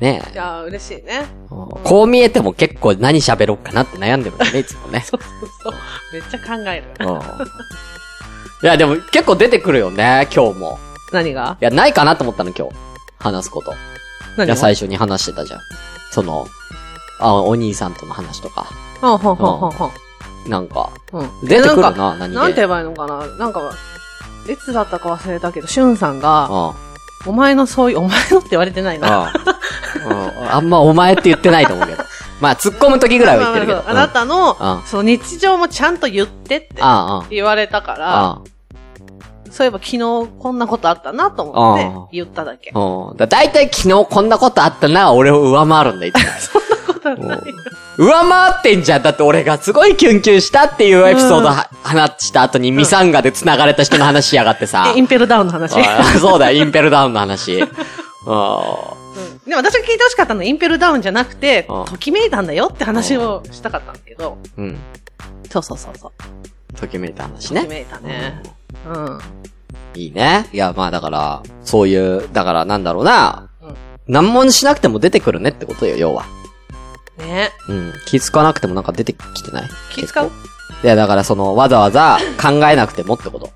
Speaker 1: え。
Speaker 5: やー、嬉しい ね。
Speaker 1: うんこう見えても結構何喋ろうかなって悩んでるんだね、いつもね。
Speaker 5: そうそうそう。めっちゃ考える。
Speaker 1: うんいや、でも結構出てくるよね、今日も。
Speaker 5: 何が
Speaker 1: いや、ないかなと思ったの、今日。話すこと。
Speaker 5: 何
Speaker 1: いや、
Speaker 5: が
Speaker 1: 最初に話してたじゃん。その、あ、お兄さんとの話とか。
Speaker 5: ほんほんほんほんほん。
Speaker 1: なんか、
Speaker 5: うん。
Speaker 1: 出てくる
Speaker 5: な
Speaker 1: なん
Speaker 5: か、
Speaker 1: 何で。
Speaker 5: なんて言えばいいのかななんか、いつだったか忘れたけど、しゅんさんが、
Speaker 1: あ
Speaker 5: お前のそういう、お前のって言われてない
Speaker 1: あ、
Speaker 5: な。
Speaker 1: ああ。うんあんまお前って言ってないと思うけど。まあ、突っ込む時ぐらいは言ってるけど。
Speaker 5: あなたの、
Speaker 1: うん
Speaker 5: その日常もちゃんと言ってって
Speaker 1: あ
Speaker 5: 言われたから、
Speaker 1: あ、あ
Speaker 5: そういえば昨日こんなことあったなと思って言っただけ。
Speaker 1: あ。うん。だ大体昨日こんなことあったな、俺を上回るんだ、いつも。
Speaker 5: ことはない
Speaker 1: 上回ってんじゃん。だって俺がすごいキュンキュンしたっていうエピソードは話した後にミサンガで繋がれた人の話しやがってさ。
Speaker 5: えインペルダウンの話。
Speaker 1: あーそうだよ、インペルダウンの話。うん
Speaker 5: でも私が聞いてほしかったのはインペルダウンじゃなくて、
Speaker 1: うん
Speaker 5: ときめいたんだよって話をしたかったんだけど。
Speaker 1: うん。
Speaker 5: そうそうそうそう。
Speaker 1: ときめいた話
Speaker 5: とき
Speaker 1: ね。
Speaker 5: めいたね。うん。
Speaker 1: いいね。いや、まあだから、そういう、だからなんだろうな
Speaker 5: うん。
Speaker 1: 何もしなくても出てくるねってことよ、要は。
Speaker 5: ね
Speaker 1: うん。気使わなくてもなんか出てきてない
Speaker 5: 気使う
Speaker 1: 結構いや、だからその、わざわざ考えなくてもってこと。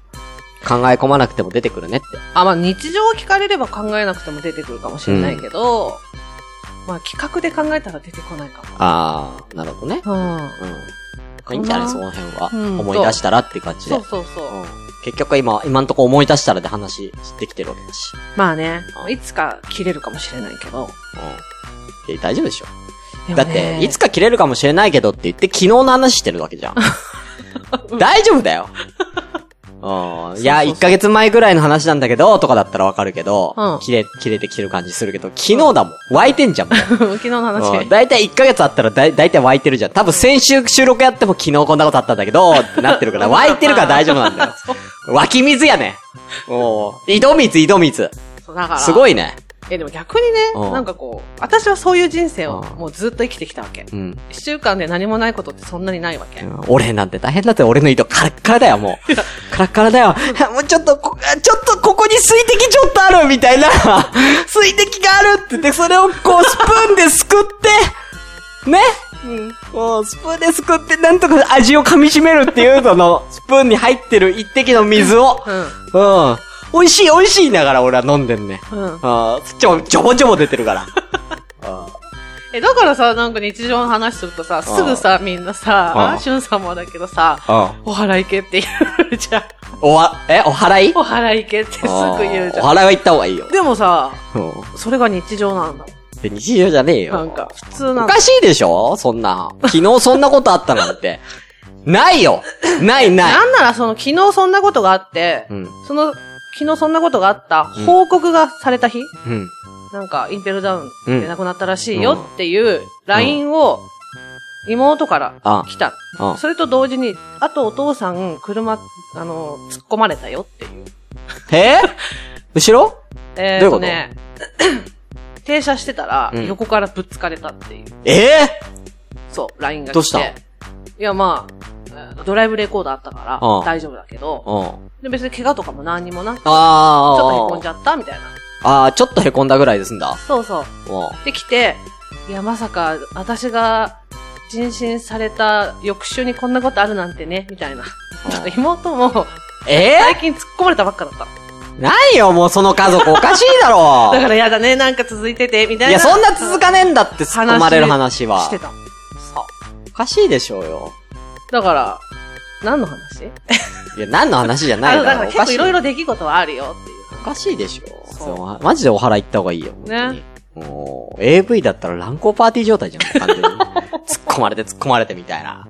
Speaker 1: 考え込まなくても出てくるねって。
Speaker 5: あ、まあ日常を聞かれれば考えなくても出てくるかもしれないけど、まあ企画で考えたら出てこないか
Speaker 1: あー、なるほどね。
Speaker 5: も。うん。
Speaker 1: うん。いいんじゃないその辺は。
Speaker 5: うん
Speaker 1: 思い出したらって感じで。
Speaker 5: そうそうそう。
Speaker 1: うん結局は今、今んとこ思い出したらで話してきてるわけだし。
Speaker 5: まあね
Speaker 1: う、ん
Speaker 5: いつか切れるかもしれないけど。
Speaker 1: うん。え大丈夫でしょ
Speaker 5: でもね
Speaker 1: だって、いつか切れるかもしれないけどって言って昨日の話してるわ けじゃん。大丈夫だよ。うんいや、
Speaker 5: そうそうそう
Speaker 1: 1ヶ月前ぐらいの話なんだけど、とかだったらわかるけど、
Speaker 5: うん
Speaker 1: 切れ、切れてきてる感じするけど、昨日だもん。湧いてんじゃ ん、もう。
Speaker 5: 昨日の話。
Speaker 1: うんだいたい1ヶ月あったらだい、だいたい湧いてるじゃん。多分先週収録やっても昨日こんなことあったんだけど、ってなっ てるから、湧いてるから大丈夫なんだよ。湧き水やね。もう、井戸水、井戸水。
Speaker 5: そうだから。
Speaker 1: すご
Speaker 5: い。
Speaker 1: いね。
Speaker 5: え、でも逆にね、
Speaker 1: うん
Speaker 5: なんかこう、私はそういう人生を
Speaker 1: うん
Speaker 5: もうずっと生きてきたわけ。
Speaker 1: うん。
Speaker 5: 一週間で何もないことってそんなにないわけ。
Speaker 1: 俺なんて大変だって、俺の井戸カラッカラだよ、もう。 カラッカラだよ。もうちょっとこ、ちょっとここに水滴ちょっとある みたいな、水滴があるって言って、それをこうスプーンですくって、ねもうスプーンですくって、なんとか味を噛み締めるっていう、その、スプーンに入ってる一滴の水を、
Speaker 5: う
Speaker 1: うん。美味しい美味しい言いながら俺は飲んでんね。
Speaker 5: ん。うん。
Speaker 1: ああ、ちょ、ちょぼちょぼ出てるから。あ
Speaker 5: え、だからさ、なんか日常の話するとさ、すぐさ、みんなさ、
Speaker 1: うん
Speaker 5: あ、しゅんさんもだけどさ、
Speaker 1: あ。
Speaker 5: お祓い行けって言うじゃん。
Speaker 1: おわ、え、お祓い
Speaker 5: お祓い行けってすぐ言うじ
Speaker 1: ああお
Speaker 5: ゃん。
Speaker 1: 祓いは行った方がいいよ。
Speaker 5: でもさ、
Speaker 1: うん。
Speaker 5: それが日常なんだ。
Speaker 1: で日常じゃねえよ。
Speaker 5: なんか、普通
Speaker 1: お
Speaker 5: なんだ。
Speaker 1: かしいでしょそんな。昨日そんなことあったなんて。 ないよないない。
Speaker 5: なんならその昨日そんなことがあって、
Speaker 1: うん。
Speaker 5: その、昨日そんなことがあった報告がされた日、
Speaker 1: うん。
Speaker 5: なんか、インペルダウン
Speaker 1: う
Speaker 5: で
Speaker 1: ん
Speaker 5: 亡くなったらしいよっていう LINE を妹から来た。
Speaker 1: あ
Speaker 5: それと同時に、あとお父さん、車、あの、突っ込まれたよっていう。
Speaker 1: えー後ろ
Speaker 5: えー、とね、 停車してたら
Speaker 1: うん、
Speaker 5: 横からぶつかれたっていう、
Speaker 1: ええ
Speaker 5: そう、LINE が来て。
Speaker 1: どうした
Speaker 5: いや、まあ、えードライブレコードあったから、
Speaker 1: あ
Speaker 5: 大丈夫だけど、
Speaker 1: うん。
Speaker 5: で別に怪我とかも何にもなく、ちょっ
Speaker 1: あー。
Speaker 5: とへこんじ
Speaker 1: ゃ
Speaker 5: ゃったみたいな。
Speaker 1: あー、ちょっとへこんだぐらいですんだ。
Speaker 5: そうそう。
Speaker 1: う
Speaker 5: できて、いや、まさか、私が、人身された翌週にこんなことあるなんてね、みたいな。なんか妹も、
Speaker 1: ん。え
Speaker 5: 最近突っ込まれたばっかだった。
Speaker 1: ー、ないよ、もうその家族おかしいだ ろ
Speaker 5: だからやだね、なんか続いてて、みたいな。
Speaker 1: いや、そんな続かねえんだって、突っ込まれる 話は。
Speaker 5: してた。
Speaker 1: おかしいでしょうよ。
Speaker 5: だから、何の話
Speaker 1: いや、何の話じゃな
Speaker 5: あ
Speaker 1: い
Speaker 5: のだ
Speaker 1: だ
Speaker 5: から
Speaker 1: ろう。お
Speaker 5: 結
Speaker 1: か
Speaker 5: 構
Speaker 1: しい。
Speaker 5: いろいろ出来事はあるよっていう。
Speaker 1: おかしいでしょ
Speaker 5: そう
Speaker 1: そう。マジでお払い行った方がいいよ。
Speaker 5: ね
Speaker 1: 本当に。もう、AV だったら乱行パーティー状態じゃん、完 全に。突っ込まれて突っ込まれてみたいな。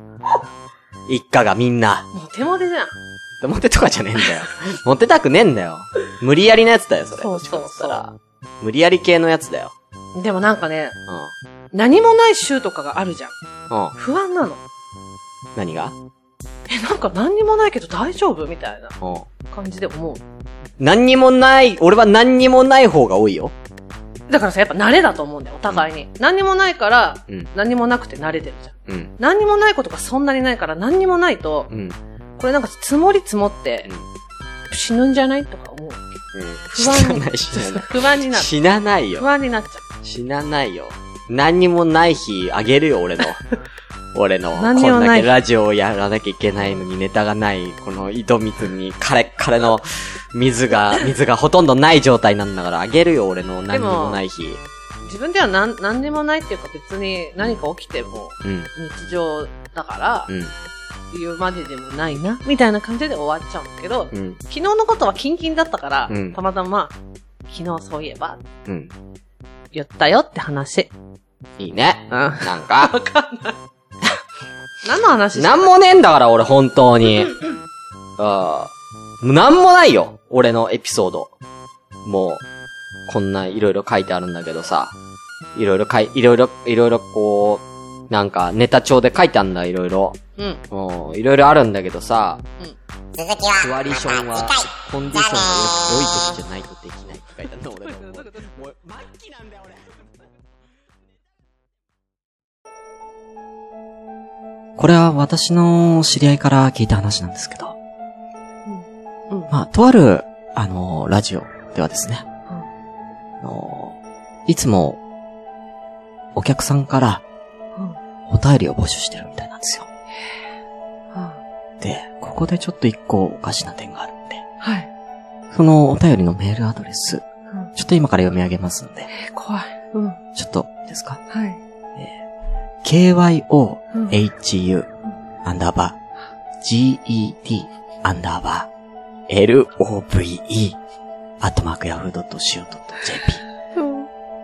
Speaker 1: 一家がみんな。
Speaker 5: もう手も出じゃん。
Speaker 1: モテとかじゃねえんだ よ。モテたくねえんだよ。無理やりなやつだよ、それ。
Speaker 5: そうそうそう
Speaker 1: どっちかっつったら無理やり系のやつだよ。
Speaker 5: でもなんかね、
Speaker 1: う
Speaker 5: 何もない週とかがあるじゃん。
Speaker 1: ん。うん。
Speaker 5: 不安なの。
Speaker 1: 何が
Speaker 5: え、なんか何にもないけど大丈夫みたいな
Speaker 1: うん。
Speaker 5: 感じで思う。
Speaker 1: 何にもない、俺は何にもない方が多いよ。
Speaker 5: だからさ、やっぱ慣れだと思うんだよ、お互いに。何にもないから、
Speaker 1: うん。
Speaker 5: 何にもなくて慣れてるじゃん。
Speaker 1: うん。
Speaker 5: 何にもないことがそんなにないから、何にもないと、
Speaker 1: うん。
Speaker 5: これなんか積もり積もって
Speaker 1: うん、
Speaker 5: 死ぬんじゃないとか思う。
Speaker 1: 死
Speaker 5: 不安
Speaker 1: な
Speaker 5: に
Speaker 1: ない、死 なない。
Speaker 5: 不安になる。
Speaker 1: 死なないよ
Speaker 5: 不。安になっちゃ
Speaker 1: 死なないよ。何にもない日あげるよ、俺 の。俺の、こ
Speaker 5: 何にも
Speaker 1: んだ
Speaker 5: ない
Speaker 1: け
Speaker 5: 日
Speaker 1: ラジオをやらなきゃいけないのにネタがない、この井戸水にカレッカレの 水が、水がほとんどない状態なんだからあげるよ、俺の何にもない日。
Speaker 5: う。自分では何、何にもないっていうか別に何か起きても
Speaker 1: うん、
Speaker 5: 日常だから
Speaker 1: う、ん、
Speaker 5: 言うまででもないな、みたいな感じで終わっちゃうんだけど、
Speaker 1: うん、
Speaker 5: 昨日のことはキンキンだったから、
Speaker 1: うん
Speaker 5: たまたま、昨日そういえば、
Speaker 1: うん。
Speaker 5: 言ったよって話。いいね。
Speaker 7: うん。わ
Speaker 5: なんか、
Speaker 7: かんない。何の話
Speaker 5: なんもねえんだから、俺、本当に。ああ。もうなんもないよ。俺のエピソード。もう、こんないろいろ書いてあるんだけどさ。いろいろ書い、いろいろ、いろいろこう、なんか、ネタ帳で書いてあんだ、いろいろ。
Speaker 7: うん。
Speaker 5: うん、いろいろあるんだけどさ、
Speaker 8: 続きは、
Speaker 5: シュワリションは
Speaker 8: また次回。、
Speaker 5: コンディションが良い時じゃないとできないって書いてあるの、俺の もう。
Speaker 1: これは私の知り合いから聞いた話なんですけど。
Speaker 7: うんうん
Speaker 1: まあ、とある、あの、ラジオではですね。あの、いつも、お客さんから、お便りを募集してるみたいなんですよ。で、ここでちょっと一個おかしな点があるんで、
Speaker 7: はい。
Speaker 1: そのお便りのメールアドレス
Speaker 7: ん、
Speaker 1: ちょっと今から読み上げますんで、
Speaker 7: え、怖い。うん。は
Speaker 1: ちょっと、いいですか
Speaker 7: い。
Speaker 1: ?kyo
Speaker 7: うん
Speaker 1: hu, アンダーバー、get, アンダーバー、love, アットマークヤフー .co.jp。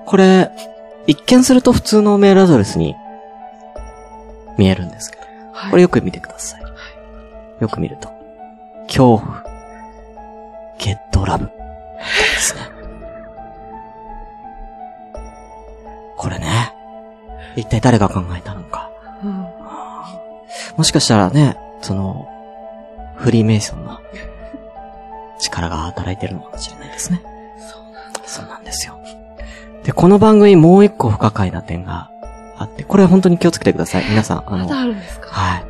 Speaker 1: これ、一見すると普通のメールアドレスに見えるんですけど、
Speaker 7: はい
Speaker 1: これよく見てください。よく見ると、恐怖、ゲットラブですね。これね、一体誰が考えたのか。
Speaker 7: うん。
Speaker 1: もしかしたらね、その、フリーメイソンの力が働いてるのかもしれないですね。そうなんですよ。で、この番組もう一個不可解な点があって、これ本当に気をつけてください。皆さん、あ
Speaker 7: まだ
Speaker 1: の、
Speaker 7: あるんですか
Speaker 1: はい。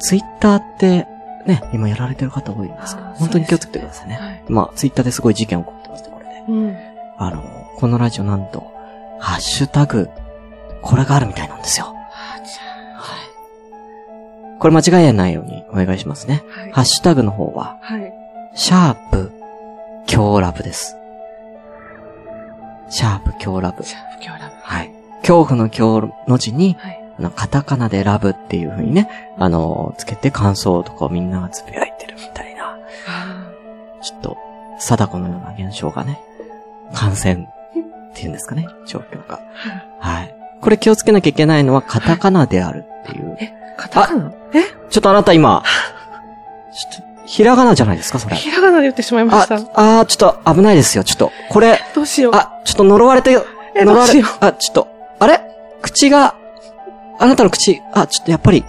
Speaker 1: ツイッターって、ね、今やられてる方多いんですけど、
Speaker 7: あー
Speaker 1: 本当に気をつけてくださいね。
Speaker 7: はい。
Speaker 1: まあ、ツイッターですごい事件起こってますね、これね。
Speaker 7: うん。
Speaker 1: あの、このラジオなんと、ハッシュタグ、これがあるみたいなんですよ。はい。これ間違えないようにお願いしますね。
Speaker 7: はい。
Speaker 1: ハッシュタグの方は、
Speaker 7: はい。
Speaker 1: シャープ、強ラブです。シャープ、強ラブ。
Speaker 7: じゃあ、不況ラブ。
Speaker 1: はい。恐怖の強の字に、
Speaker 7: はい。
Speaker 1: あの、カタカナでラブっていう風にね、あの、つけて感想とかをみんながつぶやいてるみたいな、
Speaker 7: あ
Speaker 1: ちょっと、貞子のような現象がね、感染っていうんですかね、状況が。はい。これ気をつけなきゃいけないのはカタカナであるっていう。
Speaker 7: ーカタカナ
Speaker 1: ちょっとあなた今、ちょっと、ひらがなじゃないですか、それ。
Speaker 7: ひらがなで言ってしまいま
Speaker 1: あ
Speaker 7: した。、
Speaker 1: あー、ちょっと危ないですよ、ちょっと。これ、
Speaker 7: どうしよう。
Speaker 1: あ、ちょっと呪われて、
Speaker 7: え
Speaker 1: 呪わ
Speaker 7: どうし
Speaker 1: れ
Speaker 7: よ、
Speaker 1: あ、ちょっと、あれ口が、あなたの口、あ、ちょっとやっぱり、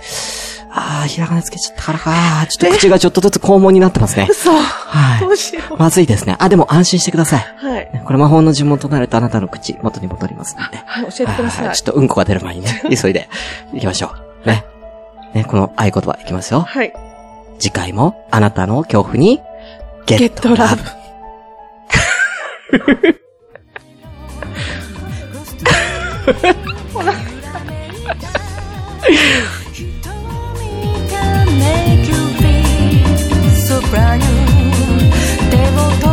Speaker 1: あー、ひらがなつけちゃったからか、ちょっと口がちょっとずつ肛門になってますね。
Speaker 7: 嘘。
Speaker 1: はい
Speaker 7: ど。うしよう。
Speaker 1: まずいですね。あ、でも安心してください。
Speaker 7: はい。
Speaker 1: これ魔法の呪文となるとあなたの口、元に戻りますので。
Speaker 7: はい、教えてください
Speaker 1: はい。ちょっとうんこが出る前に ね、急いで行きましょう。ね。ね、この合言葉いきますよ。
Speaker 7: はい。
Speaker 1: 次回もあなたの恐怖にゲ
Speaker 7: ゲ
Speaker 1: ッ
Speaker 7: ッ
Speaker 1: ト
Speaker 7: ト
Speaker 1: ラ
Speaker 7: ラ
Speaker 1: ブ
Speaker 7: ブ。。
Speaker 9: Make you feel so brand new. 手を取